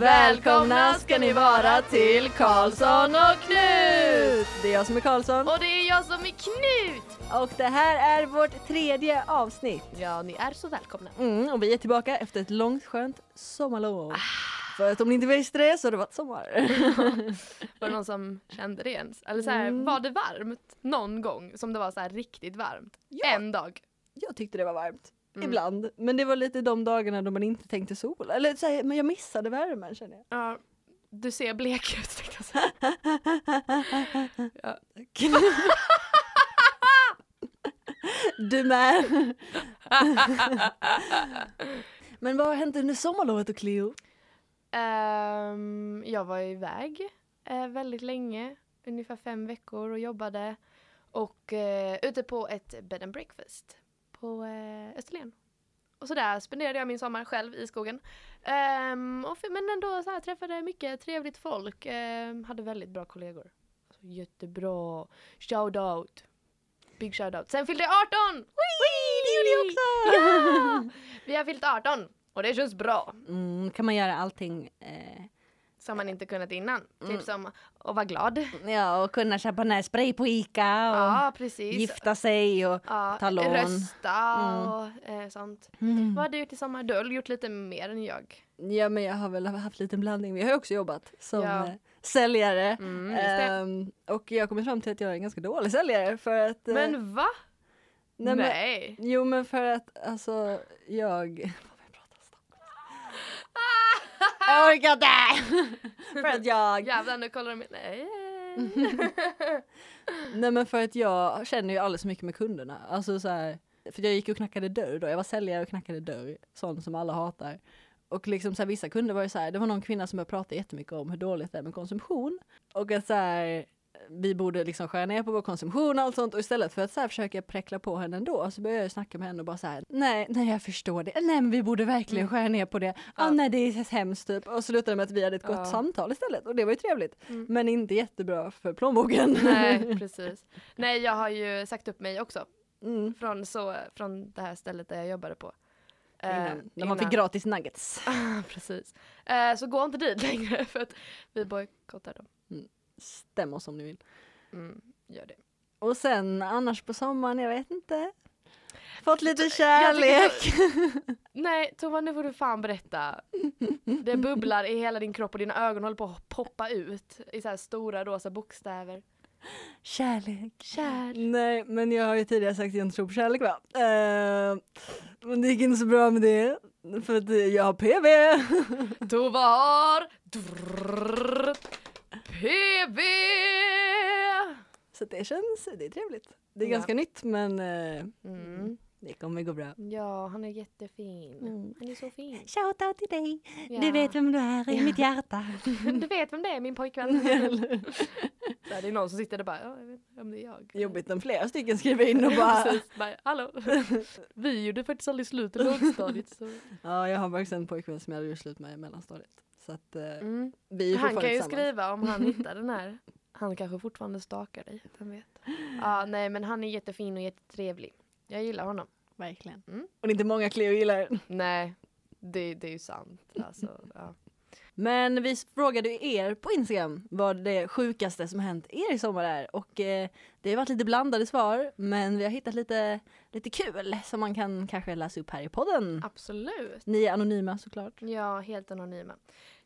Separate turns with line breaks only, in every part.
Välkomna ska ni vara till Karlsson och Knut! Det är jag som är Karlsson
Och det är jag som är Knut!
och det här är vårt tredje avsnitt.
Ja, ni är så välkomna.
Mm, och vi är tillbaka efter ett långt skönt sommarlov. För att om ni inte visste det så har det varit sommar.
Var det någon som kände det ens? Eller så här,
Mm.
var det varmt någon gång som det var så här riktigt varmt? En dag.
Jag tyckte det var varmt.
Mm.
Ibland. Men det var lite de dagarna då man inte tänkte sol. Eller så här, men jag missade värmen känner jag.
Ja, du ser blek ut tänkte jag säga. Ja.
Du med. Men vad har hänt under sommarlovet och Cleo?
Ehm, jag var iväg eh, väldigt länge, ungefär fem veckor och jobbade. Och eh, ute på ett bed and breakfast på eh, Österlen. Och så där spenderade jag min sommar själv i skogen. Ehm, och f- men ändå så här, träffade mycket trevligt folk. Ehm, hade väldigt bra kollegor. Alltså, jättebra. Shout out. Big shout out. Sen fyllde jag 18!
Det gjorde jag också!
Ja! Vi har fyllt 18 och det känns bra.
Mm, kan man göra allting eh,
Som man inte kunnat innan. Typ som att vara glad.
Mm. Ja, och kunna köpa nässpray på Ica och
Ja, precis.
gifta sig och
ja,
ta lån.
Rösta
Mm.
och eh, sånt. Vad har du gjort i sommar? Du har gjort lite mer än jag.
Ja, men jag har väl haft lite blandning. men Jag har ju också jobbat som
Ja.
eh, säljare.
Mm, just det.
Ehm, och jag har kommit fram till att jag är en ganska dålig säljare för att... eh,
Men va?
nej,
Nej.
men- Jo, men för att alltså jag... Vad jag pratar stockholmska. Jag orkar inte! för att jag...
Jävlar, nu kollar de in. Eh. Nej.
Nej men för att jag känner ju alldeles för mycket med kunderna. Alltså så här, för jag gick och knackade dörr då, jag var säljare och knackade dörr, sån som alla hatar. Och liksom så här, vissa kunder var ju så här, det var någon kvinna som började prata jättemycket om hur dåligt det är med konsumtion. Och att så här, vi borde liksom skära ner på vår konsumtion och allt sånt. Och istället för att så här, försöka präckla på henne ändå så började jag ju snacka med henne och bara så här, nej, nej jag förstår det, nej men vi borde verkligen skära ner på det, ah,
Mm. Ja.
nej det är hemskt typ. Och slutade med att vi hade ett gott
Ja.
samtal istället och det var ju trevligt.
Mm.
Men inte jättebra för plånboken.
Nej, precis. Nej, jag har ju sagt upp mig också.
mm.
Från, så, från det här stället där jag jobbade på. Eh,
Innan, när man fick
innan.
gratis nuggets.
Precis. Eh, så gå inte dit längre för att vi bojkottar dem.
Stäm oss om ni vill.
Mm, gör det.
Och sen annars på sommaren, jag vet inte. Fått lite
jag tycker
kärlek.
Nej Tova nu får du fan berätta. Det bubblar i hela din kropp och dina ögon håller på att poppa ut i så här stora rosa bokstäver.
Kärlek.
Kär.
Nej, men jag har ju tidigare sagt att jag inte tror på kärlek va. Eh, men det gick inte så bra med det. För att jag har PV.
Tova har drrrr, PV.
Så det känns, det är trevligt. Det är
Ja.
ganska nytt men eh,
Mm.
det kommer gå bra.
Ja, han är jättefin.
Mm.
Han är så fin.
Shoutout till dig,
Ja.
vem du är i mitt hjärta.
du vet vem det är, min pojkvän. Så här, det är någon som sitter där och bara, ja, jag vet inte om det är jag.
Jobbigt om flera stycken skriver in och bara
Precis, bara, hallå. Vi gjorde faktiskt aldrig slut i lågstadiet. Så.
Ja, jag har faktiskt en pojkvän som jag hade gjort slut med i mellanstadiet. Så att eh,
Mm.
vi är
Han
fortfarande
kan ju
tillsammans.
skriva om han hittar den här. Han kanske fortfarande stakar dig, vem vet. Ja, nej men han är jättefin och jättetrevlig. Jag gillar honom.
Verkligen.
Mm.
Och det är inte många Cleo gillar.
Nej, det, det är ju sant. Alltså, ja.
Men vi frågade ju er på Instagram vad det sjukaste som hänt er i sommar är. Och eh, det har varit lite blandade svar, men vi har hittat lite, lite kul som man kan kanske läsa upp här i podden.
Absolut.
Ni är anonyma såklart.
Ja, helt anonyma.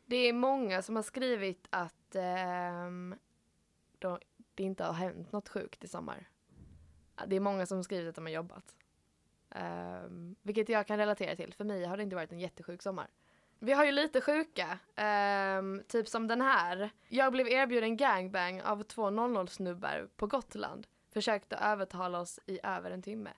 Det är många som har skrivit att ehm, då, det inte har hänt något sjukt i sommar. Ja, Det är många som har skrivit att de har jobbat. Ehm, vilket jag kan relatera till. För mig har det inte varit en jättesjuk sommar. Vi har ju lite sjuka. ehm, typ som den här. Jag blev erbjuden gangbang av två 00-snubbar på Gotland. Försökte övertala oss i över en timme.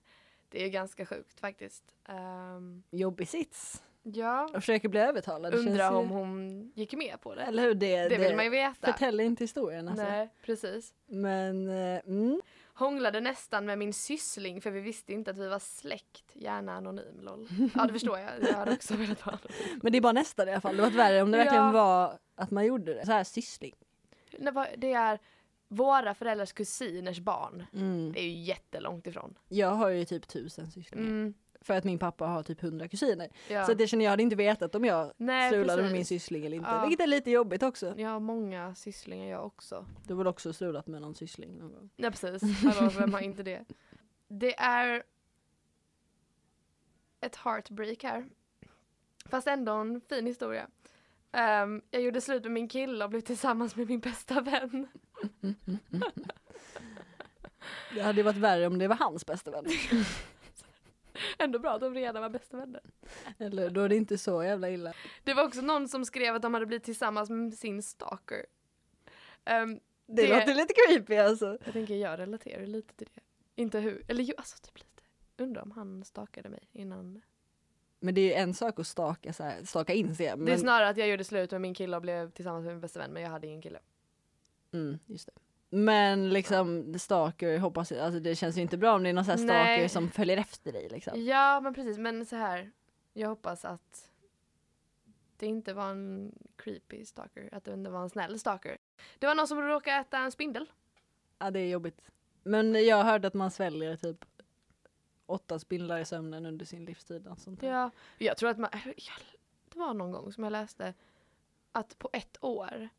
Det är ganska sjukt faktiskt. Ehm,
Jobbig sits.
ja.
Och försöker bli övertalad. Det
Undrar
känns ju-
om hon gick med på det.
Eller hur? Det,
Det vill man ju veta.
förtäller inte historien alltså.
Nej, precis.
Men eh, mm.
Hånglade nästan med min syssling för vi visste inte att vi var släkt. Gärna anonym, lol. Ja, det förstår jag. Jag hade också velat vara anonym.
Men det är bara nästan i alla fall. Det var värre om det
Ja.
verkligen var att man gjorde det. Så här syssling.
Nej, vad- Det är våra föräldrars kusiners barn.
Mm.
Det är ju jättelångt ifrån.
Jag har ju typ tusen sysklingar.
Mm.
För att min pappa har typ 100 kusiner.
Ja.
Så att jag känner jag hade inte vetat om jag
Nej,
strulade med
precis.
min syssling eller inte.
Ja.
Vilket är lite jobbigt också.
Jag har många sysslingar jag också.
Du har väl också strulat med någon syssling någon gång?
Nej precis, alltså, vem har inte det? Det är ett heartbreak här. Fast ändå en fin historia. Ehm, jag gjorde slut med min kille och blev tillsammans med min bästa vän.
Det hade ju varit värre om det var hans bästa vän.
Ändå bra att de redan var bästa vänner.
Eller då är det inte så jävla illa.
Det var också någon som skrev att de hade blivit tillsammans med sin stalker. Ehm,
Det,
Det-
låter lite creepy alltså.
jag tänker jag relaterar lite till det. Inte hur, eller ju, alltså typ lite. Undrar om han stalkade mig innan.
Men det är ju en sak att staka, så här, staka in sig. Men,
Det är snarare att jag gjorde slut med min kille och blev tillsammans med min bästa vän men jag hade ingen kille.
mm, just det. men liksom stalker, hoppas, alltså, det känns ju inte bra om det är någon så här stalker
Nej. Mm.
som följer efter dig. Liksom.
Ja men precis men så här. Jag hoppas att det inte var en creepy stalker. Att det inte var en snäll stalker. Det var någon som råkade äta en spindel.
Ja, det är jobbigt. Men jag hörde att man sväljer typ åtta spindlar i sömnen under sin livstid. Och sånt där.
Ja. Jag tror att man, jag- det var någon gång som jag läste att på ett år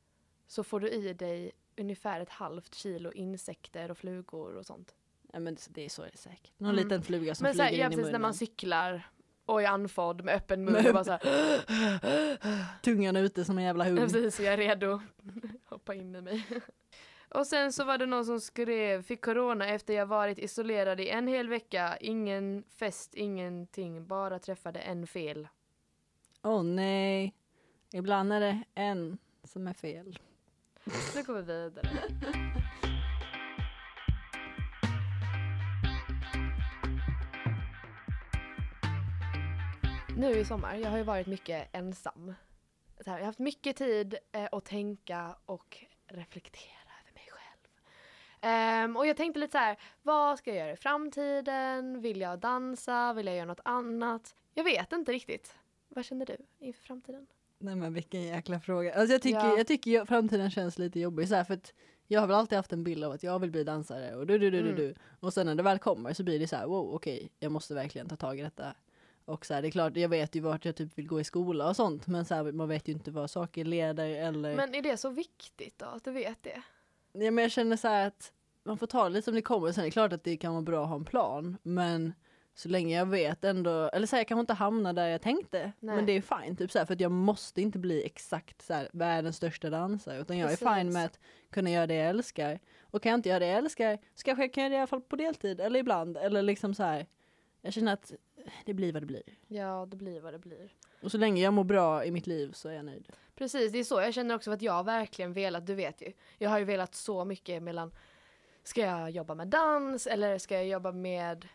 så får du i dig ungefär ett halvt kilo insekter och flugor och sånt.
Ja, men det- det är så är det säkert. Någon
Mm.
liten fluga som
men så här,
flyger
ja,
in i
precis, när
munnen.
man cyklar och är andfådd med öppen mun
Med
och bara så här,
Tungan ute som en jävla hund.
Ja, precis, jag är redo. Hoppa in i mig. Och sen så var det någon som skrev, fick corona efter jag varit isolerad i en hel vecka. Ingen fest, ingenting, bara träffade en fel.
Åh nej. Ibland är det en som är fel.
Nu går vi vidare. Nu i sommar, jag har ju varit mycket ensam. Så här, jag har haft mycket tid eh, att tänka och reflektera över mig själv. Ehm, och jag tänkte lite så här, vad ska jag göra i framtiden? Vill jag dansa? Vill jag göra något annat? Jag vet inte riktigt. Vad känner du inför framtiden?
Nej men vilken jäkla fråga. Alltså jag tycker,
Ja.
jag tycker ju- framtiden känns lite jobbig så här, för att jag har väl alltid haft en bild av att jag vill bli dansare och du du du du
Mm.
du. Och sen när det väl kommer så blir det så här wow okej jag måste verkligen ta tag i detta. Och så här, det är klart jag vet ju vart jag typ vill gå i skola och sånt men så här, man vet ju inte vad saker leder eller.
Men är det så viktigt då, att du vet det?
Ja, men jag känner så här att man får ta det lite som det kommer. Sen är det klart att det kan vara bra att ha en plan. Men så länge jag vet ändå, eller så här, jag kanske inte hamnar där jag tänkte.
Nej.
Men det är fine, typ så här, för att jag måste inte bli exakt så här, världens största dansare. Utan jag
Precis.
är fine med att kunna göra det jag älskar. Och kan jag inte göra det jag älskar så kanske jag kan göra det i alla fall på deltid eller ibland. Eller liksom så här. Jag känner att det blir vad det blir.
Ja, det blir vad det blir.
Och så länge jag mår bra i mitt liv så är jag nöjd.
Precis, det är så. Jag känner också att jag verkligen velat, du vet ju. Jag har ju velat så mycket mellan, ska jag jobba med dans eller ska jag jobba med,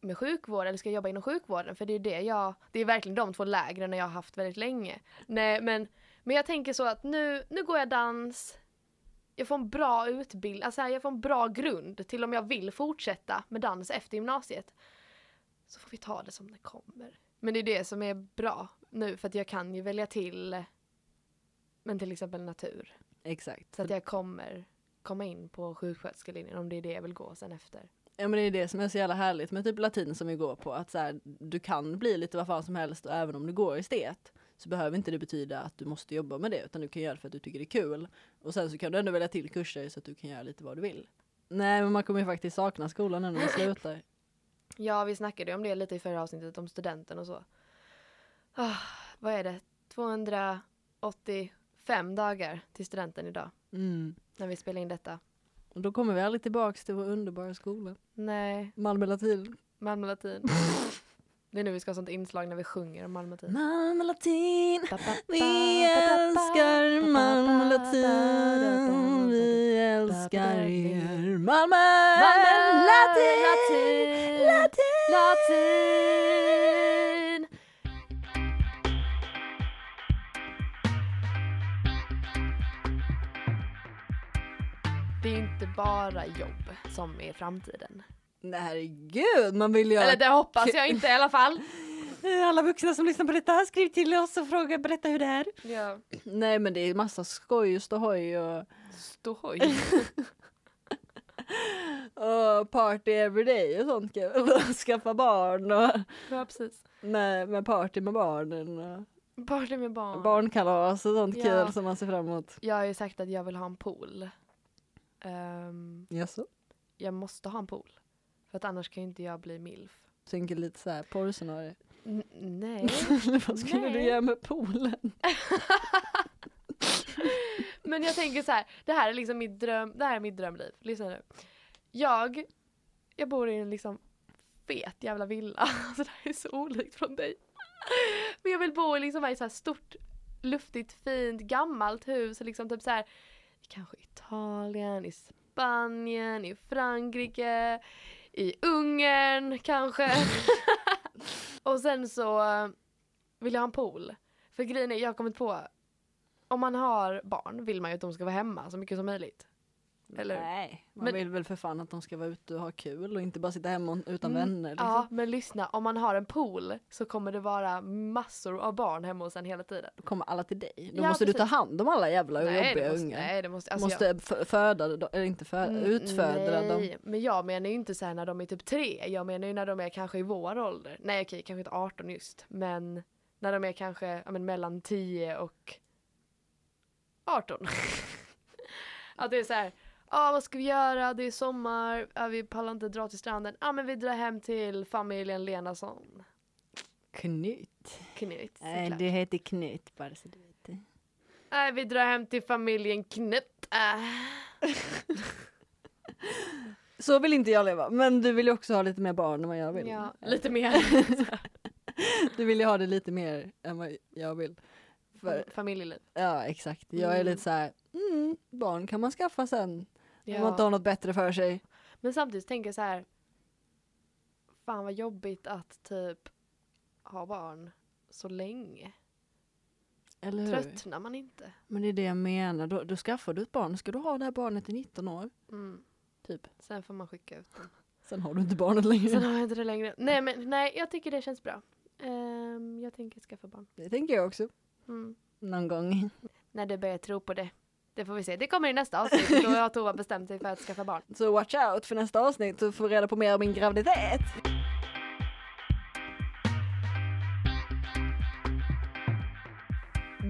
med sjukvård eller ska jag jobba inom sjukvården? För det är ju det jag, det är verkligen de två lägren jag har haft väldigt länge. Nej, men, men jag tänker så att nu, nu går jag dans, jag får en bra utbildning, alltså här, jag får en bra grund till om jag vill fortsätta med dans efter gymnasiet. Så får vi ta det som det kommer. Men det är det som är bra nu för att jag kan ju välja till men till exempel natur.
Exakt.
Så att jag kommer komma in på sjuksköterskelinjen om det är det jag vill gå sen efter.
Ja men det är det som är så jävla härligt med typ latin som vi går på. Att så här, du kan bli lite vad fan som helst och även om du går estet så behöver inte det betyda att du måste jobba med det utan du kan göra det för att du tycker det är kul. Och sen så kan du ändå välja till kurser så att du kan göra lite vad du vill. Nej men man kommer ju faktiskt sakna skolan när man slutar.
Ja, vi snackade ju om det lite i förra avsnittet om studenten och så. Ah, vad är det? 285 dagar till studenten idag
Mm.
när vi spelar in detta.
Och då kommer vi aldrig tillbaks till vår underbara skola.
Nej,
Malmö latin.
Malmö latin. Det är nu vi ska ha sånt inslag när vi sjunger om Malmö latin.
Malmö latin.
Ba, ba, ba,
Vi
ba, ba,
älskar Malmö latin. Vi älskar er Malmö latin. Latin!
Latin! Det är inte bara jobb som är framtiden.
Nej herregud, man vill ju
Eller det hoppas jag inte i alla fall.
Alla vuxna som lyssnar på detta, skriv till oss och fråga, berätta hur det är.
Ja.
Nej men det är massa skoj och ståhoj och
Ståhoj.
och party everyday och sånt kul. Och Skaffa barn och
Ja, precis.
med, med party med barnen. Och
Party med barn.
Barnkalas och sånt
Ja.
kul som man ser fram emot.
Jag har ju sagt att jag vill ha en pool. Ehm,
Jaså?
jag måste ha en pool. För att annars kan ju inte jag bli milf.
Tänker lite såhär porrscenario.
N- nej.
Vad skulle du
Nej.
göra med poolen?
Men jag tänker så här, det här är liksom mitt dröm, det här är mitt drömliv. Lyssna nu. Jag, jag bor i en liksom fet jävla villa. Alltså det här är så olikt från dig. Men jag vill bo i liksom ett så här stort, luftigt, fint, gammalt hus. Liksom typ så här, kanske Italien, i Spanien, i Frankrike, i Ungern kanske. Och sen så eh, vill jag ha en pool. För grejen är, jag har kommit på om man har barn vill man ju att de ska vara hemma så mycket som möjligt. Eller?
Nej, man
Men-
vill väl för fan att de ska vara ute och ha kul och inte bara sitta hemma och- utan
Mm,
vänner. Liksom.
Ja, men lyssna, om man har en pool så kommer det vara massor av barn hemma hos en hela tiden.
Då kommer alla till dig. Då
Ja,
måste du ta
precis.
hand om alla jävla
det
jobbiga
måste,
ungar.
nej, det måste, alltså
måste f- föda, dem- eller inte föda,
jag, Mm,
utfödra dem.
nej, Men jag menar ju inte så här när de är typ tre, jag menar ju när de är kanske i vår ålder. Nej okej, kanske inte 18 just, men när de är kanske ja, men mellan 10 och 18. att det är så här, ja vad ska vi göra, det är sommar, ja, vi pallar inte dra till stranden, ja men vi drar hem till familjen Lenasson.
Knut.
Knut
Nej,
såklart.
du heter Knut bara så du vet det.
Nej, vi drar hem till familjen Knut. Äh.
Så vill inte jag leva, men du vill ju också ha lite mer barn än vad jag vill.
Ja, lite mer
Du vill ju ha det lite mer än vad jag vill. För,
familjeliv.
ja exakt, jag är
Mm.
lite så här, mm, barn kan man skaffa sen. Om man
Ja.
inte har något bättre för sig.
Men samtidigt tänker jag så här. Fan vad jobbigt att typ ha barn så länge.
Eller hur?
Tröttnar man inte?
Men det är det jag menar, då, då skaffar du ett barn, ska du ha det här barnet i 19 år?
Mm.
Typ.
Sen får man skicka ut dem.
Sen har du inte barnet längre.
Sen har jag inte det längre. Nej men nej, jag tycker det känns bra. Ehm, jag tänker skaffa barn.
Det tänker jag också.
Mm.
Någon gång.
När du börjar tro på det. Det får vi se. Det kommer i nästa avsnitt. Då har Tova bestämt sig för att skaffa barn.
Så watch out för nästa avsnitt så får vi reda på mer om min graviditet.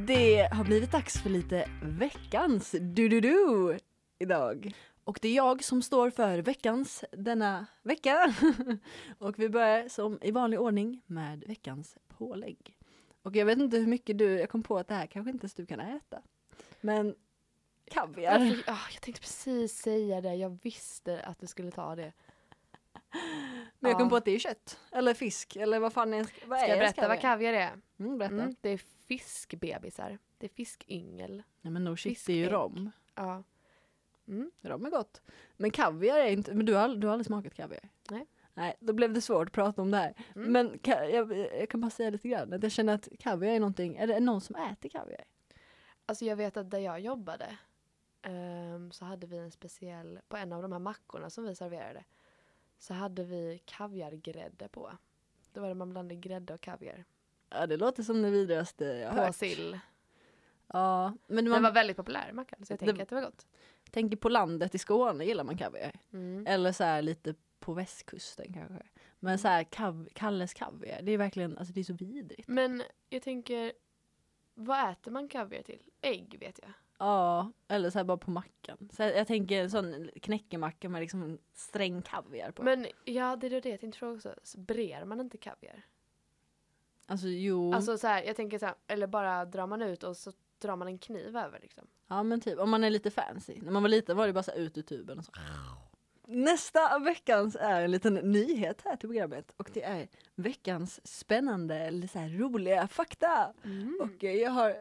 Det har blivit dags för lite veckans du-du-du idag. Och det är jag som står för veckans denna vecka. Och vi börjar som i vanlig ordning med veckans pålägg. Och jag vet inte hur mycket du, jag kom på att det här kanske inte ens du kan äta. Men kaviar.
Varför- ah, jag tänkte precis säga det. Jag visste att du skulle ta det.
Men jag kom
Ja.
på att det är kött. Eller fisk. Eller vad fan är vad
Ska
är
jag berätta
skaviar?
vad kaviar är?
Mm, berätta.
Mm, det är fiskbebisar. Det är fiskyngel.
Nej men no shit,
Fisk,
det är ju
ägg.
rom.
Ja.
Rom är gott. Men kaviar är inte, men du har, ald- du har aldrig smakat kaviar?
Nej.
Nej, då blev det svårt att prata om det här.
Mm.
Men ka, jag, jag kan bara säga lite grann att jag känner att kaviar är någonting, är det någon som äter kaviar?
Alltså jag vet att där jag jobbade ehm, så hade vi en speciell, på en av de här mackorna som vi serverade så hade vi kaviargrädde på. Då var det man blandade grädde och kaviar.
Ja det låter som det vidrigaste jag har
På
hört.
sill.
Ja, men man
Den var väldigt populär mackan så jag
Det-
tänker att det var gott.
tänker på landet i Skåne gillar man kaviar.
Mm.
Eller så här lite på västkusten kanske. Men så här kav, Kalles kaviar, det är verkligen, alltså det är så vidrigt.
Men jag tänker, vad äter man kaviar till? Ägg vet jag.
Ja, eller så här bara på mackan. Så här, jag tänker en sån knäckemacka med liksom en sträng kaviar på.
Men ja, det är det jag tänkte fråga också. Så Brer man inte kaviar?
Mm. alltså jo,
Alltså så här, jag tänker så här, eller bara drar man ut och så drar man en kniv över liksom.
ja men typ om man är lite fancy. När man var liten var det bara så här ut ur tuben och så. Nästa veckans är en liten nyhet här till programmet och det är veckans spännande eller så här roliga fakta. Och eh, jag har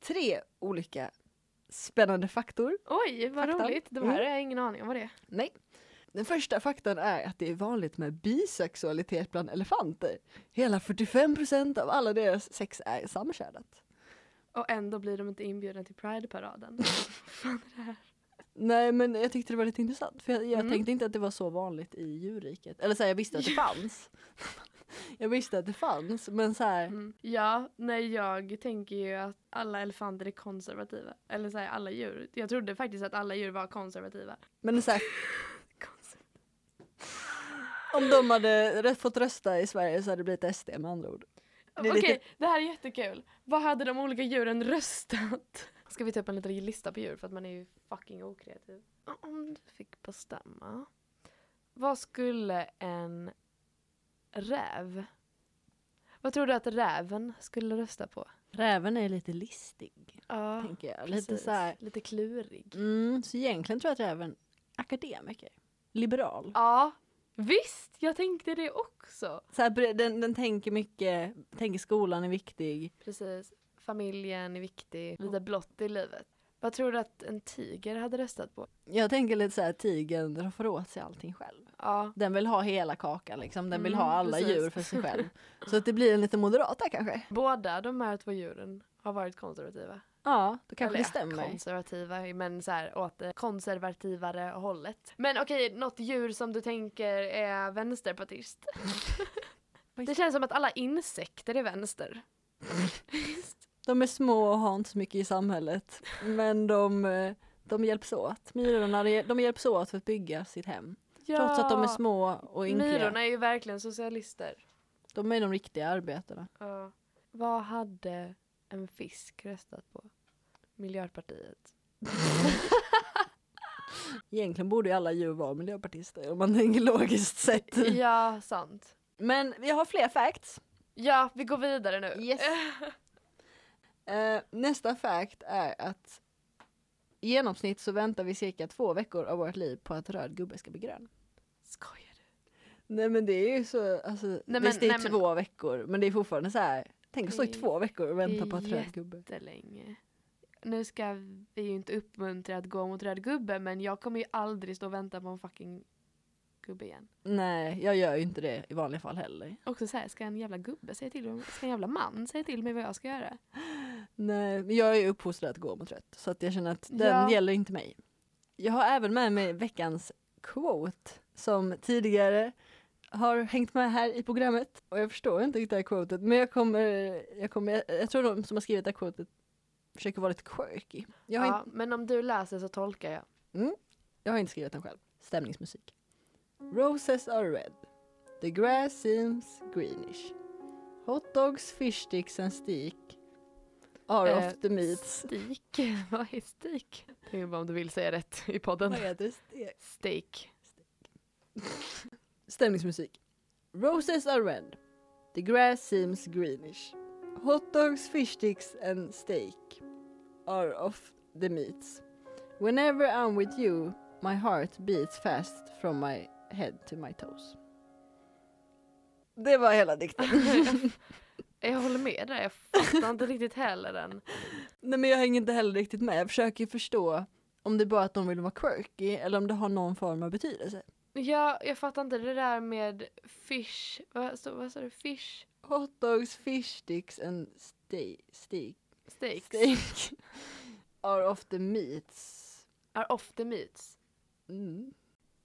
tre olika spännande faktor.
Oj, vad
Fakta.
roligt. De här
Mm.
har jag ingen aning om vad det är.
Nej. Den första faktan är att det är vanligt med bisexualitet bland elefanter. Hela 45% av alla deras sex är samkönat.
Och ändå blir de inte inbjudna till Pride-paraden.
Nej men jag tyckte det var lite intressant för jag, jag
Mm.
tänkte inte att det var så vanligt i djurriket. Eller så här, jag visste att det fanns. jag visste att det fanns men så här,
Mm. Ja, nej jag tänker ju att alla elefanter är konservativa. Eller så här, alla djur. Jag trodde faktiskt att alla djur var konservativa.
men så här Om de hade rö- fått rösta i Sverige så hade det blivit SD med andra ord. Det
Okej,
är lite-
det här är jättekul. Vad hade de olika djuren röstat? Ska vi ta upp en liten lista på djur för att man är ju fucking okreativ. Om du fick bestämma. Vad skulle en räv... Vad tror du att räven skulle rösta på?
Räven är lite listig,
Ja,
tänker jag. Lite så här.
Lite klurig.
Mm, så egentligen tror jag att räven akademiker. Liberal.
Ja, visst! Jag tänkte det också.
Så här, bre- den, den tänker mycket, tänker skolan är viktig.
Precis. Familjen är viktig. Lite blått i livet. Vad tror du att en tiger hade röstat på?
Jag tänker lite så här tigern, den får åt sig allting själv.
Ja,
Den vill ha hela kakan liksom, den vill
Mm,
ha alla
precis.
djur för sig själv. Så att det blir en lite moderat där kanske.
Båda de här två djuren har varit konservativa.
Ja, då kanske det
Eller,
stämmer.
konservativa, men så här, åt det konservativare hållet. Men okej, något djur som du tänker är vänsterpartist? det känns som att alla insekter är vänster.
De är små och har inte så mycket i samhället. Men de, eh, de hjälps åt. Myrorna, de hjäl- de hjälps åt för att bygga sitt hem. Trots att de är små och ynkliga.
Myrorna är ju verkligen socialister.
De är de riktiga arbetarna.
Ja. Vad hade en fisk röstat på? Miljöpartiet.
Egentligen borde ju alla djur vara miljöpartister om man tänker logiskt sett.
ja, sant.
Men jag har fler facts.
Ja, vi går vidare nu.
Yes. Eh, nästa fact är att i genomsnitt så väntar vi cirka två veckor av vårt liv på att röd gubbe ska bli grön.
Skojar du?
Nej men det är ju så, alltså,
men-
visst det är
nej, men-
två veckor men det är fortfarande så här. tänk att stå i
Det är-
två veckor och vänta
det är
på att
jätte-
röd gubbe.
jättelänge. Nu ska vi ju inte uppmuntra att gå mot röd gubbe men jag kommer ju aldrig stå och vänta på en fucking gubbe igen.
Nej, jag gör ju inte det i vanliga fall heller.
Också så här, ska en jävla gubbe säga till mig, ska en jävla man säga till mig vad jag ska göra?
Nej, men jag är ju uppfostrad att gå mot rött så att jag känner att den
Ja.
gäller inte mig. Jag har även med mig veckans quote som tidigare har hängt med här i programmet och jag förstår inte riktigt det här quotet men jag kommer, jag kommer, jag tror de som har skrivit det här quotet försöker vara lite quirky. Jag har,
ja,
inte,
men om du läser så tolkar jag.
jag har inte skrivit den själv. Stämningsmusik. Roses are red. The grass seems greenish. Hot dogs, fish sticks and steak are
Eh,
of the meats.
Stik? Vad är stik? Tänk bara om du vill säga rätt i podden.
Vad heter det?
Steak.
Stämningsmusik. Roses are red. The grass seems greenish. Hot dogs, fish sticks and steak are of the meats. Whenever I'm with you my heart beats fast from my head to my toes. Det var hela dikten.
Jag håller med där, jag fattar inte riktigt heller den.
Nej men jag hänger inte heller riktigt med. Jag försöker förstå om det är bara att de vill vara quirky eller om det har någon form av betydelse.
Ja, jag fattar inte det där med fish, vad stod- vad sa du, fish?
Hot dogs, fish sticks and ste- steak.
Steaks?
Steak are of the meats.
Are off the meats.
Mm.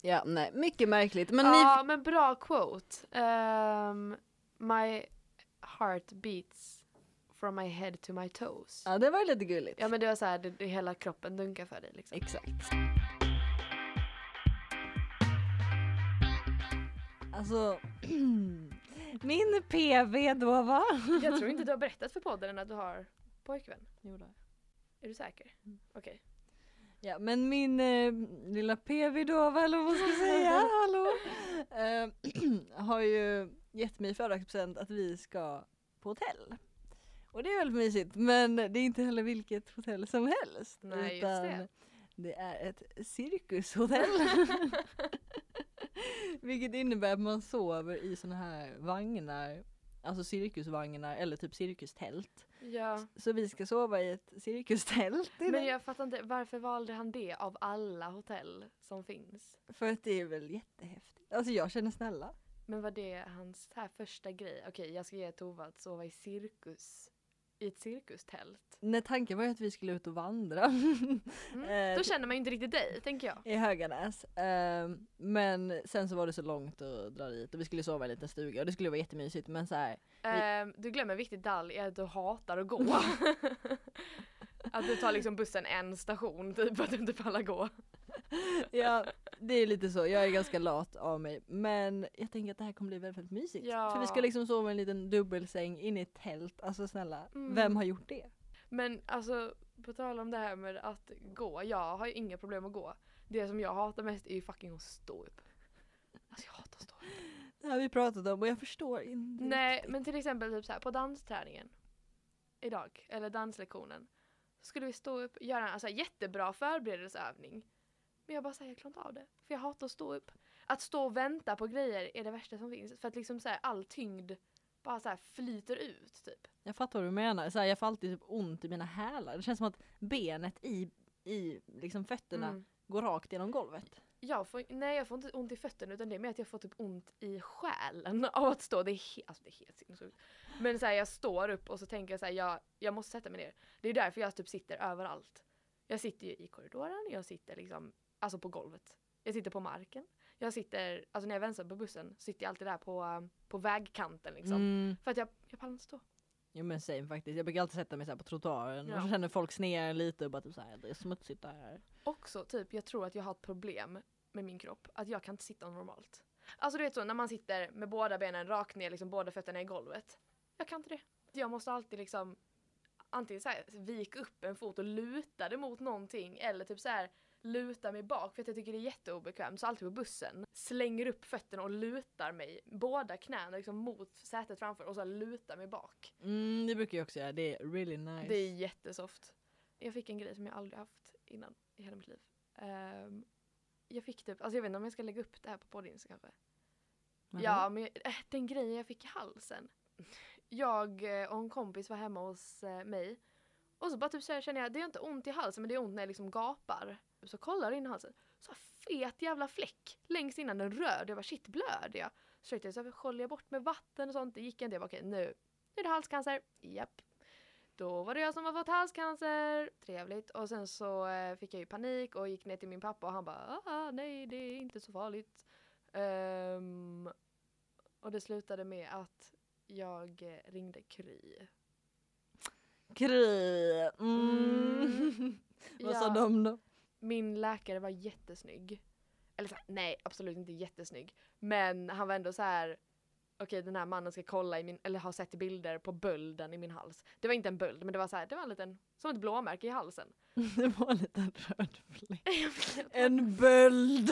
Ja, nej, mycket märkligt. Men
ja, men bra quote. Ehm, my heart beats from my head to my toes.
ni... Ja, det var lite gulligt.
Ja men det var såhär, det, det, hela kroppen dunkar för dig liksom.
Exakt. Alltså, min PV då va?
Jag tror inte du har berättat för podden att du har pojkvän. Är du säker?
Mm.
Okej.
Ja, men min eh, lilla PV då va, eller vad man ska säga, hallå? Eh, har ju gett mig i födelsedagspresent att vi ska på hotell. Och det är väldigt mysigt, men det är inte heller vilket hotell som helst.
Nej, just
utan
det.
det är ett cirkushotell. vilket innebär att man sover i såna här vagnar, alltså cirkusvagnar eller typ cirkustält.
Ja.
Så vi ska sova i ett cirkustält. i
Men
natt.
jag fattar inte, varför valde han det av alla hotell som finns?
För att det är väl jättehäftigt. Alltså jag känner snälla.
Men var det hans här första grej? Okej, jag ska ge Tova att sova i cirkus. I ett cirkustält.
Nej tanken var ju att vi skulle ut och vandra
Mm.
Eh,
Då känner man ju inte riktigt dig, tänker jag.
i Höganäs. Ehm, men sen så var det så långt att dra dit och vi skulle sova i en liten stuga och det skulle vara jättemysigt men så här,
Ehm, du glömmer en viktig detalj är att du hatar att gå. att du tar liksom bussen en station typ för att du inte pallar gå.
ja, Det är lite så, jag är ganska lat av mig. Men jag tänker att det här kommer bli väldigt, väldigt mysigt.
Ja.
För vi ska liksom sova i en liten dubbelsäng inne i ett tält. Alltså snälla,
Mm.
vem har gjort det?
Men alltså, på tal om det här med att gå. Jag har ju inga problem att gå. Det som jag hatar mest är ju fucking att stå upp. Alltså jag hatar att stå upp.
Det här har vi pratat om och jag förstår inte.
Nej,
riktigt.
men till exempel typ så här, på dansträningen idag, eller danslektionen. Så skulle vi stå upp och göra en alltså, jättebra förberedelseövning. Men jag bara säger jag klarar inte av det. För jag hatar att stå upp. Att stå och vänta på grejer är det värsta som finns. För att liksom så här, all tyngd bara så här flyter ut typ.
Jag fattar vad du menar. Så här, jag får alltid typ ont i mina hälar. Det känns som att benet i, i liksom fötterna
Mm.
går rakt genom golvet.
Jag får, nej jag får inte ont i fötterna utan det är mer att jag får typ ont i själen av att stå. Det är, he, alltså det är helt sinnessjukt. Men så här, jag står upp och så tänker jag så här, jag, jag måste sätta mig ner. Det är därför jag typ sitter överallt. Jag sitter ju i korridoren, jag sitter liksom, alltså på golvet. Jag sitter på marken. Jag sitter, alltså när jag vänster på bussen sitter jag alltid där på, eh, på vägkanten liksom.
Mm.
För att jag, jag pallar inte stå.
Jo men same faktiskt. Jag brukar alltid sätta mig så här på trottoaren
Ja.
och så känner folk snea en lite och bara typ så här, det är smutsigt där.
Också typ, jag tror att jag har ett problem med min kropp. Att jag kan inte sitta normalt. Alltså du vet så när man sitter med båda benen rakt ner, liksom båda fötterna i golvet. Jag kan inte det. Jag måste alltid liksom antingen så här, vika upp en fot och luta det mot någonting eller typ så här luta mig bak för att jag tycker det är jätteobekvämt. Så alltid på bussen slänger upp fötterna och lutar mig, båda knäna liksom mot sätet framför och så här lutar mig bak.
Mm, det brukar jag också göra. Det är really nice.
Det är jättesoft. Jag fick en grej som jag aldrig haft innan i hela mitt liv. Ehm, jag fick typ, alltså jag vet inte om jag ska lägga upp det här på podden kanske.
Men-
Ja, men jag- äh, den grejen jag fick i halsen. Jag eh, och en kompis var hemma hos eh, mig. Och så bara typ så här känner jag, det är inte ont i halsen men det är ont när jag liksom gapar. Så kollar jag in i halsen, så har jag fet jävla fläck längst innan den röd. Jag bara shit blöder jag? Så försökte jag så här, skölja bort med vatten och sånt, det gick inte. Jag bara okej nu, nu är det halscancer. Japp. Då var det jag som har fått halscancer. Trevligt. Och sen så eh, fick jag ju panik och gick ner till min pappa och han bara ah, nej det är inte så farligt. Ehm, och det slutade med att jag eh, ringde Kry.
Kry! Mm.
Mm.
Vad
Ja,
sa de då?
Min läkare var jättesnygg. Eller så här, nej, absolut inte jättesnygg. Men han var ändå så här. Okej, den här mannen ska kolla i min, eller har sett bilder på bölden i min hals. Det var inte en böld, men det var så här, det var en liten, som ett blåmärke i halsen.
Det var en liten röd fläck.
Jag blev-
En böld!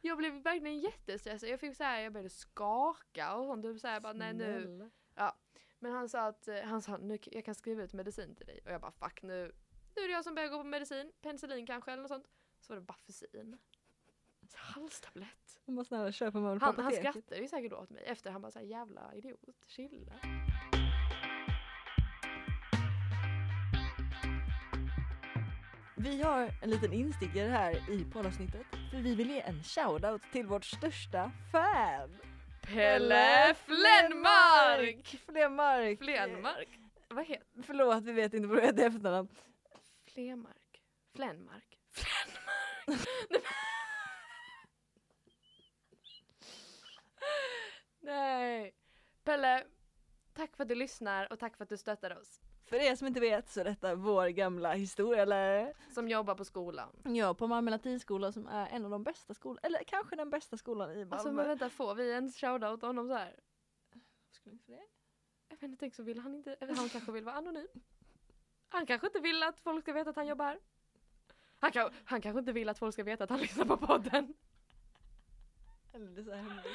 jag blev verkligen jättestressad. Jag fick så här, jag började skaka och sånt. Typ så här, bara, nej, nu,
Snälla.
Men han sa att eh, han sa, nu, jag kan skriva ut medicin till dig. Och jag bara fuck nu, nu är det jag som börjar gå på medicin. Penicillin kanske eller något sånt. Så var det Bafficin. Så Halstablett.
Man bara snälla köpa med på
Han, han
apoteket.
skrattade ju säkert åt mig efter. Han bara såhär jävla idiot, chilla.
Vi har en liten instickare här i poddavsnittet. För vi vill ge en shoutout till vårt största fan.
Pelle Flenmark!
Flenmark!
Flenmark? Vad heter
Eh, Förlåt, vi vet inte vad du heter i efternamn.
Flemark? Flenmark? Flenmark! Nej. Pelle, tack för att du lyssnar och tack för att du stöttar oss.
För er som inte vet så är detta vår gamla historielärare.
Som jobbar på skolan.
Ja, på Malmö Latinskola som är en av de bästa skolorna, eller kanske den bästa skolan i Malmö.
Alltså men vänta, får vi en shoutout av honom så här?
Skulle inte det?
Jag vet inte, tänk så vill han inte, eller han kanske vill vara anonym. Han kanske inte vill att folk ska veta att han jobbar här. Han, kan, han kanske inte vill att folk ska veta att han lyssnar på podden.
Eller det är så här hemligt.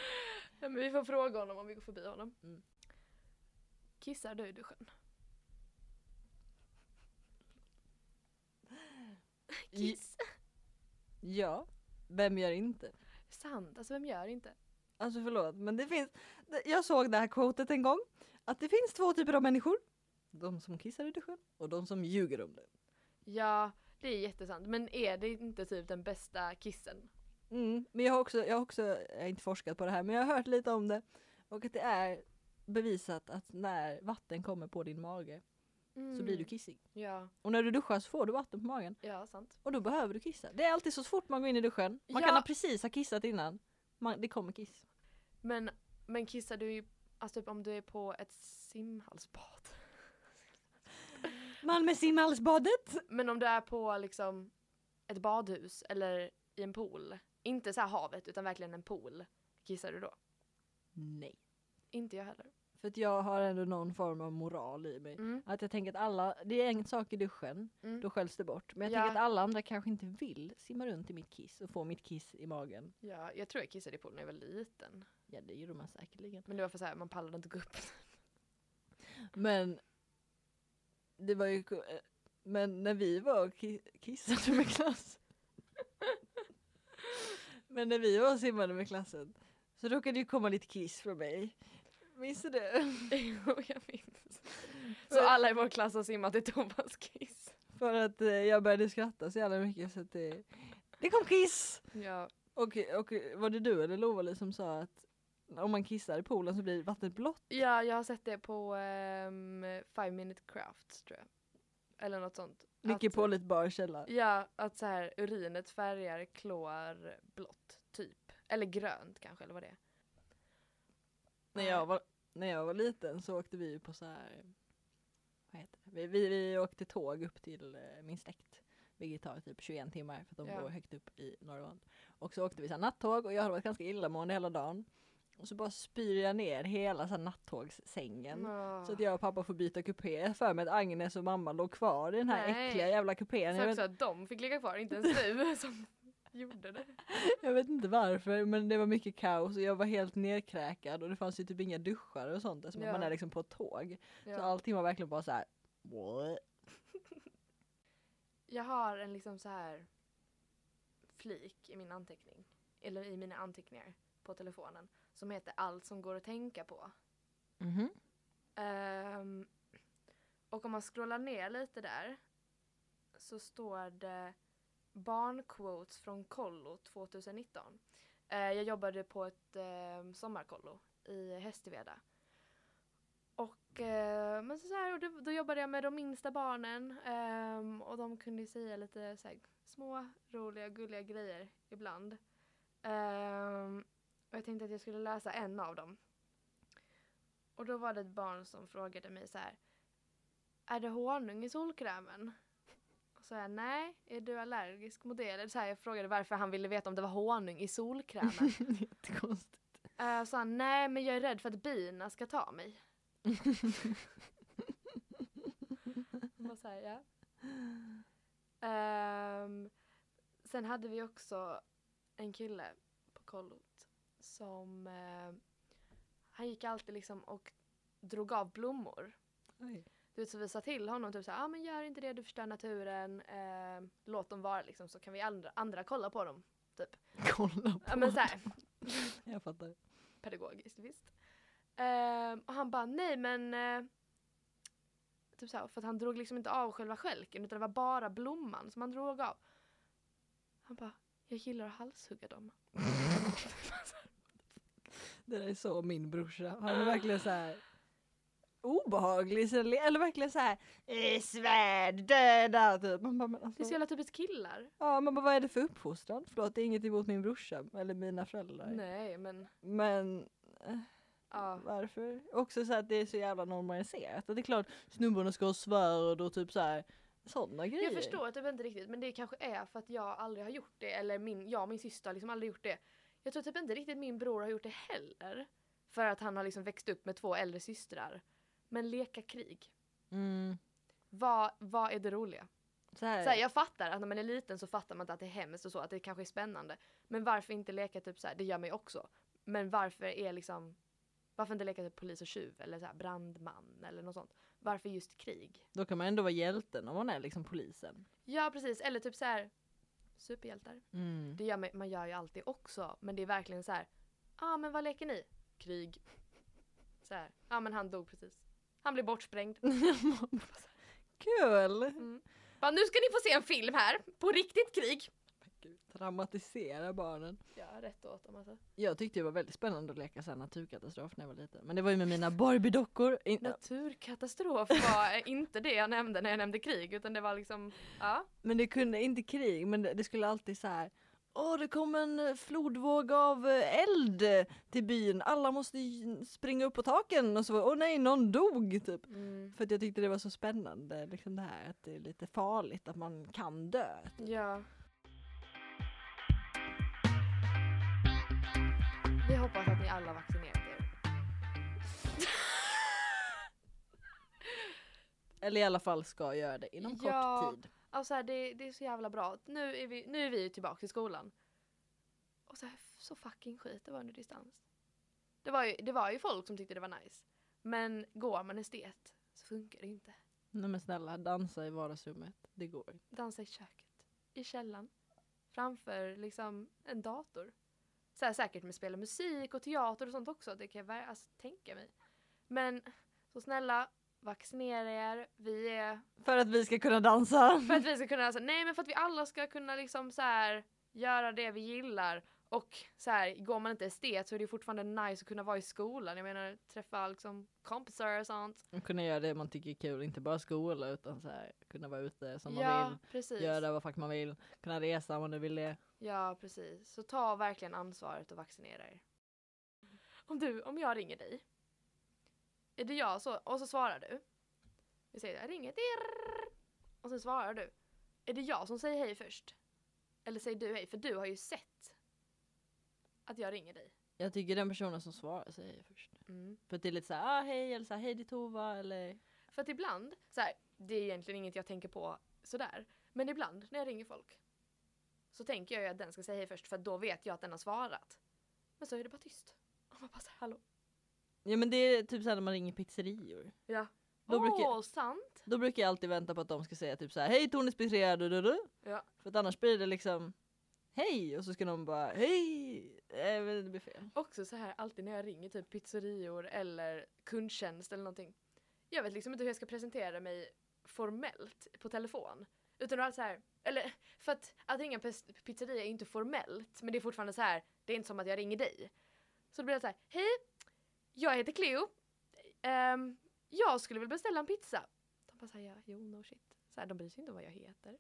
Ja, men vi får fråga honom om vi går förbi honom.
Mm.
Kissar du i duschen? Kiss.
Ja, vem gör inte?
Sant, alltså vem gör inte?
Alltså förlåt, men det finns, det- jag såg det här quotet en gång, att det finns två typer av människor. De som kissar i duschen och de som ljuger om det.
Ja, det är jättesant. Men är det inte typ den bästa kissen?
Mm, men jag har också, jag har också, jag har inte forskat på det här, men jag har hört lite om det och att det är bevisat att när vatten kommer på din mage så blir du kissig.
Mm, Ja,
Och när du duschar så får du vatten på magen
ja sant.
och då behöver du kissa. Det är alltid så fort man går in i duschen, man
Ja.
kan ha precis ha kissat innan, man, det kommer kiss.
Men, men kissar du ju, alltså typ om du är på ett simhalsbad?
Malmö simhallsbadet!
Men om du är på liksom ett badhus eller i en pool? Inte så här havet utan verkligen en pool. Kissar du då?
Nej.
Inte jag heller.
För att jag har ändå någon form av moral i mig.
Mm.
Att jag tänker att alla, det är en sak i duschen,
Mm.
då sköljs det bort. Men jag
Ja.
tänker att alla andra kanske inte vill simma runt i mitt kiss och få mitt kiss i magen.
Ja, jag tror jag kissade i poolen när jag var liten.
Ja det gjorde man säkerligen.
Men det var för så här, man pallade inte gå upp.
Men det var ju, ku- eh, men när vi var och ki- kissade med klass. men när vi var och simmade med klassen så råkade det ju komma lite kiss från mig. Minns du det?
Jo, jag minns. Så alla i vår klass har simmat i Tomas kiss.
För att eh, jag började skratta så jävla mycket så att det, det kom kiss!
Ja,
Och, och var det du eller Lovali som sa att om man kissar i poolen så blir vattnet blått?
ja jag har sett det på ehm, Five Minute Crafts tror jag. Eller något sånt.
Mycket
Att-
pålitbar källa.
typ. Ja, att så här urinet färgar klor blått, typ. Eller grönt kanske, eller vad det är.
När jag var, när jag var liten så åkte vi ju på så här, vad heter det? Vi, vi, vi åkte tåg upp till eh, min släkt. Vilket tar typ 21 timmar för att de
Ja.
bor högt upp i Norrland. Och så åkte vi så här nattåg och jag hade varit ganska illamående hela dagen. Och så bara spyr jag ner hela så här nattågssängen.
Ah.
Så att jag och pappa får byta kupé. Jag har för mig att Agnes och mamma låg kvar i den här
Nej.
äckliga jävla kupén. Jag
Så
vet-
också att de fick ligga kvar, inte ens du som gjorde det.
Jag vet inte varför men det var mycket kaos och jag var helt nerkräkad och det fanns ju typ inga duschar och sånt eftersom
Ja.
man är liksom på ett tåg. Så
Ja.
allting var verkligen bara så här. "What?"
Jag har en liksom så här flik i min anteckning, eller i mina anteckningar på telefonen, som heter Allt som går att tänka på. Mm-hmm.
Mhm.
Ehm, och om man scrollar ner lite där så står det barnquotes från kollo 2019. Eh, jag jobbade på ett eh, sommarkollo i Hästiveda. Och, eh, men så så här, och då, då jobbade jag med de minsta barnen ehm, och de kunde ju säga lite så här, små roliga gulliga grejer ibland. Ehm, och jag tänkte att jag skulle läsa en av dem. Och då var det ett barn som frågade mig så här. Är det honung i solkrämen? Och så jag nej, är du allergisk mot det? Eller så här, jag frågade varför han ville veta om det var honung i solkrämen.
Jättekonstigt.
Eh, så han, nej men jag är rädd för att bina ska ta mig. Jag bara så här, ja. Ehm, sen hade vi också en kille på kollot som eh, han gick alltid liksom och drog av blommor.
Oj.
Du vet, så vi sa till honom typ så här, ah, men gör inte det, du förstör naturen. Eh, låt dem vara liksom så kan vi andra, andra kolla på dem.
Kolla på.
Ja men så här,
Jag fattar.
pedagogiskt visst. Ehm, och han bara nej men eh, typ så här, för att han drog liksom inte av själva stjälken utan det var bara blomman som han drog av. Han bara jag gillar att halshugga dem.
Det där är så min brorsa. Han är verkligen så här obehaglig. så- Eller verkligen så här "Eh, svärd döda typ. Man bara, men
Det är så
alltså,
jävla typiskt killar.
ja, man bara vad är det för uppfostran? Förlåt det är inget emot min brorsa eller mina föräldrar.
Nej men
Men
ja.
Varför? Också så att det är så jävla normaliserat. Att det är klart snubbarna ska ha svärd och typ så här sådana grejer.
Jag förstår typ inte riktigt men det kanske är för att jag aldrig har gjort det eller min, jag och min syster har liksom aldrig gjort det. Jag tror typ inte riktigt min bror har gjort det heller. För att han har liksom växt upp med två äldre systrar. Men leka krig.
Mm.
Vad, vad är det roliga?
Så här.
Så här, jag fattar att när man är liten så fattar man inte att det är hemskt och så, att det kanske är spännande. Men varför inte leka typ så här, det gör mig också. Men varför är liksom, varför inte leka typ polis och tjuv eller så här, brandman eller något sånt. Varför just krig?
Då kan man ändå vara hjälten om man är liksom polisen.
Ja precis, eller typ så här, superhjältar.
Mm.
Det gör mig, man gör ju alltid också, men det är verkligen så här, ja ah, men vad leker ni? Krig. Så här, ja ah, men han dog precis. Han blev bortsprängd.
Kul!
Mm. Bara, nu ska ni få se en film här, på riktigt krig.
Gud, Traumatisera barnen.
Ja, rätt åt dem alltså.
Jag tyckte det var väldigt spännande att leka så här naturkatastrof när jag var liten. Men det var ju med mina Barbie-dockor. In-
Naturkatastrof var inte det jag nämnde när jag nämnde krig utan det var liksom, ja.
Men det kunde inte krig, men det, det skulle alltid så här. Åh, det kom en eh, flodvåg av eh, eld till byn. Alla måste ju springa upp på taken. Och så var åh nej, någon dog typ.
Mm.
För att jag tyckte det var så spännande, liksom det här att det är lite farligt att man kan dö.
Ja. Vi hoppas att ni alla vaccinerat er.
Eller i alla fall ska göra det inom
Ja.
kort tid.
Alltså här, det, det är så jävla bra. Nu är vi, nu är vi ju tillbaka i skolan. Och så, här, så fucking skit det var under distans. Det var, ju, det var ju folk som tyckte det var nice. Men går man estet så funkar det inte.
Nej men snälla, dansa i vardagsrummet. Det går inte.
Dansa i köket, i källaren, framför liksom en dator. Så här, säkert med spela musik och teater och sånt också. Det kan jag ver- alltså, tänka mig. Men så snälla, vaccinera er. Vi är
För att vi ska kunna dansa.
För att vi ska kunna, alltså, nej men för att vi alla ska kunna liksom så här göra det vi gillar och så här, går man inte estet så är det ju fortfarande nice att kunna vara i skolan. Jag menar träffa liksom kompisar och sånt.
Och kunna göra det man tycker är kul, inte bara skola utan så här, kunna vara ute som man
ja,
vill.
precis.
Göra vad fuck man vill. Kunna resa om man nu vill det.
Ja, precis. Så ta verkligen ansvaret och vaccinera er. Om du, om jag ringer dig. Är det jag så, och så svarar du. Vi säger jag ringer dirr. Och sen svarar du. Är det jag som säger hej först? Eller säger du hej? För du har ju sett att jag ringer dig.
Jag tycker den personen som svarar säger hej först.
Mm.
För att det är lite såhär, ah, hej eller så här, hej det är Tova eller
För att ibland, så här, det är egentligen inget jag tänker på sådär. Men ibland när jag ringer folk så tänker jag ju att den ska säga hej först för då vet jag att den har svarat. Men så är det bara tyst. Och man bara så här, hallå.
Ja men det är typ såhär när man ringer pizzerior.
Ja.
Då
Åh,
brukar-
sant!
Då brukar jag alltid vänta på att de ska säga typ såhär, hej Tone Spizzeria, du du du.
Ja.
För att annars blir det liksom, hej! Och så ska de bara, hej! Äh, men det blir fel.
Också så här alltid när jag ringer typ pizzerior eller kundtjänst eller någonting. Jag vet liksom inte hur jag ska presentera mig formellt på telefon. Utan det är så här, eller för att, att ringa pes- pizzeria är ju inte formellt men det är fortfarande så här, det är inte som att jag ringer dig. Så då blir det så här, hej! Jag heter Cleo. Ehm, jag skulle vilja beställa en pizza. De bara säger ja, jo no shit. Så här, de bryr sig inte om vad jag heter.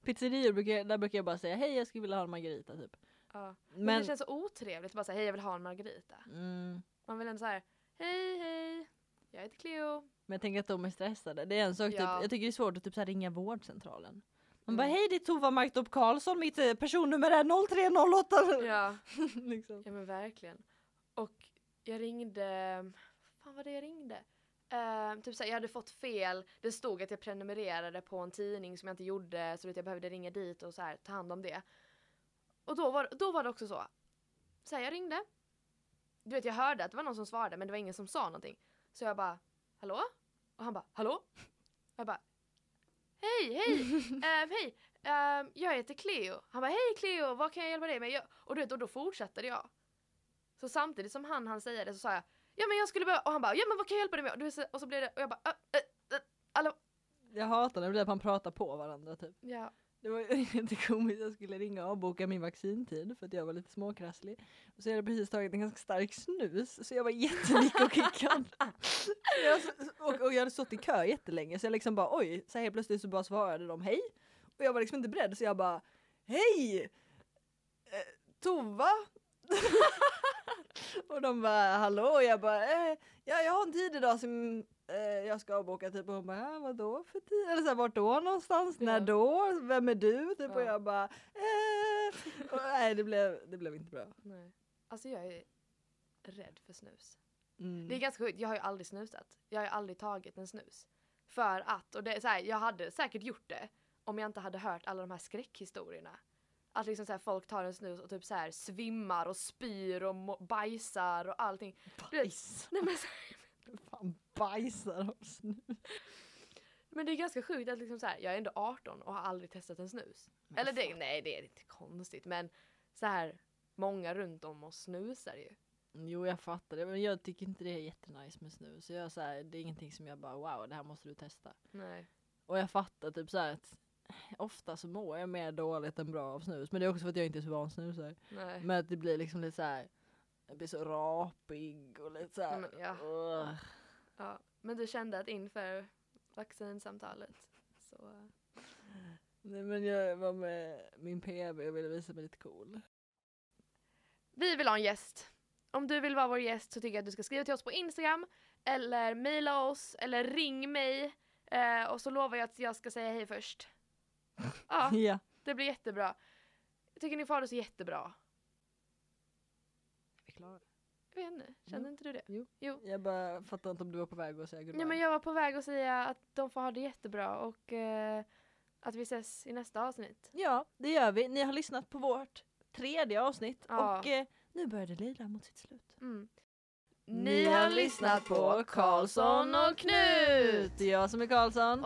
Pizzerior, brukar, jag- där brukar jag bara säga, hej jag skulle vilja ha en margarita typ.
Ja. Men,
Men,
det känns så otrevligt att bara säga hej jag vill ha en margarita.
mm,
Man vill ändå såhär, hej hej, jag heter Cleo.
men jag tänker att de är stressade. Det är en sak,
Ja.
typ, jag tycker det är svårt att typ så här ringa vårdcentralen. Man
Mm.
bara, hej det är Tova Marktorp Karlsson, mitt eh, personnummer är 0308.
Ja,
liksom.
ja men verkligen. Och jag ringde, fan vad det jag ringde? Ehm, typ såhär, jag hade fått fel, det stod att jag prenumererade på en tidning som jag inte gjorde så att jag behövde ringa dit och så här, ta hand om det. Och då var, då var det också så, såhär jag ringde. Du vet jag hörde att det var någon som svarade men det var ingen som sa någonting. Så jag bara, hallå? Och han bara, hallå? Jag bara, hej, hej, ehm, hej, ehm, jag heter Cleo. Han bara, hej Cleo, vad kan jag hjälpa dig med? Jag, och, du vet, och då fortsatte jag. Så samtidigt som han han säger det så sa jag, ja men jag skulle behöva, och han bara, ja men vad kan jag hjälpa dig med? Och, du, vet, så- och så blev det, och jag bara, "Ö, ö, ö, alla,
Jag hatar när det blir att man pratar på varandra typ.
ja.
Det var jättekomiskt, jag skulle ringa och avboka min vaccintid för att jag var lite småkrasslig. Och så hade jag precis tagit en ganska stark snus så jag var jättelik och kickad. Jag s- och, och jag hade stått i kö jättelänge så jag liksom bara oj, så helt plötsligt så bara svarade de hej. Och jag var liksom inte beredd så jag bara hej! Eh, Tova? och de bara hallå och jag bara eh, ja, jag har en tid idag som eh, jag ska avboka typ och hon bara "Ah, vadå för tid? Eller så här, vart då någonstans?
Ja.
När då? Vem är du? Typ och
Ja.
jag bara eh. och, nej det blev, det blev inte bra.
Nej. Alltså jag är rädd för snus.
Mm.
Det är ganska sjukt, jag har ju aldrig snusat. Jag har ju aldrig tagit en snus. För att, och det är så här, jag hade säkert gjort det om jag inte hade hört alla de här skräckhistorierna. Att liksom så här, folk tar en snus och typ så här svimmar och spyr och må- bajsar och allting.
Bajs!
Nej, men, så-
Fan bajsar de snus?
men det är ganska sjukt att liksom så här, jag är ändå 18 och har aldrig testat en snus.
Men
Eller det, nej det är inte konstigt men så här, många runt om oss snusar ju.
Jo jag fattar det men jag tycker inte det är jättenice med snus. Så jag, så här, det är ingenting som jag bara wow det här måste du testa.
Nej.
Och jag fattar typ så här att ofta så mår jag mer dåligt än bra av snus. Men det är också för att jag inte är så van snusare.
nej.
Men att det blir liksom lite så här. Jag blir så rapig och lite så här.
Men, ja.
ugh.
Ja, men du kände att inför vaccinsamtalet så... eh,
Nej, men jag var med min PB och ville visa mig lite cool.
Vi vill ha en gäst. Om du vill vara vår gäst så tycker jag att du ska skriva till oss på Instagram eller mejla oss eller ring mig eh, och så lovar jag att jag ska säga hej först. Ja,
Ja.
det blir jättebra. Jag tycker ni får ha det så jättebra.
Vi Klara?
Jag vet inte, känner
Mm.
inte du det?
Jo.
jo.
Jag bara fattar inte om du var på väg att säga goodbye.
Nej, men jag var på väg att säga att de får ha det jättebra och eh, att vi ses i nästa avsnitt.
Ja, det gör vi. Ni har lyssnat på vårt tredje avsnitt
Ja.
och eh, nu börjar det lida mot sitt slut.
Mm.
Det är jag som är Karlsson.
Och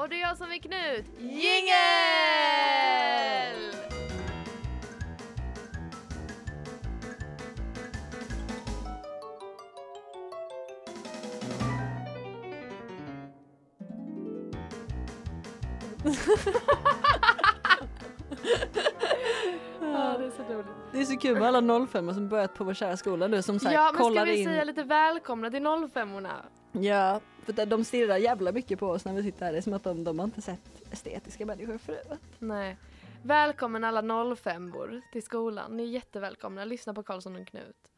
det är jag som är Knut.
Jingel!
Ja, det är så roligt.
Det är så kul med alla 05 som börjat på vår kära skola nu som sagt
Ja, men ska
kollar
vi
in.
säga lite välkomna till 05orna?
Ja, för de- de stirrar jävla mycket på oss när vi sitter här. Det är som att de, de har inte sett estetiska människor förut.
Nej. Välkommen alla 05or till skolan. Ni är jättevälkomna. Lyssna på Karlsson och Knut.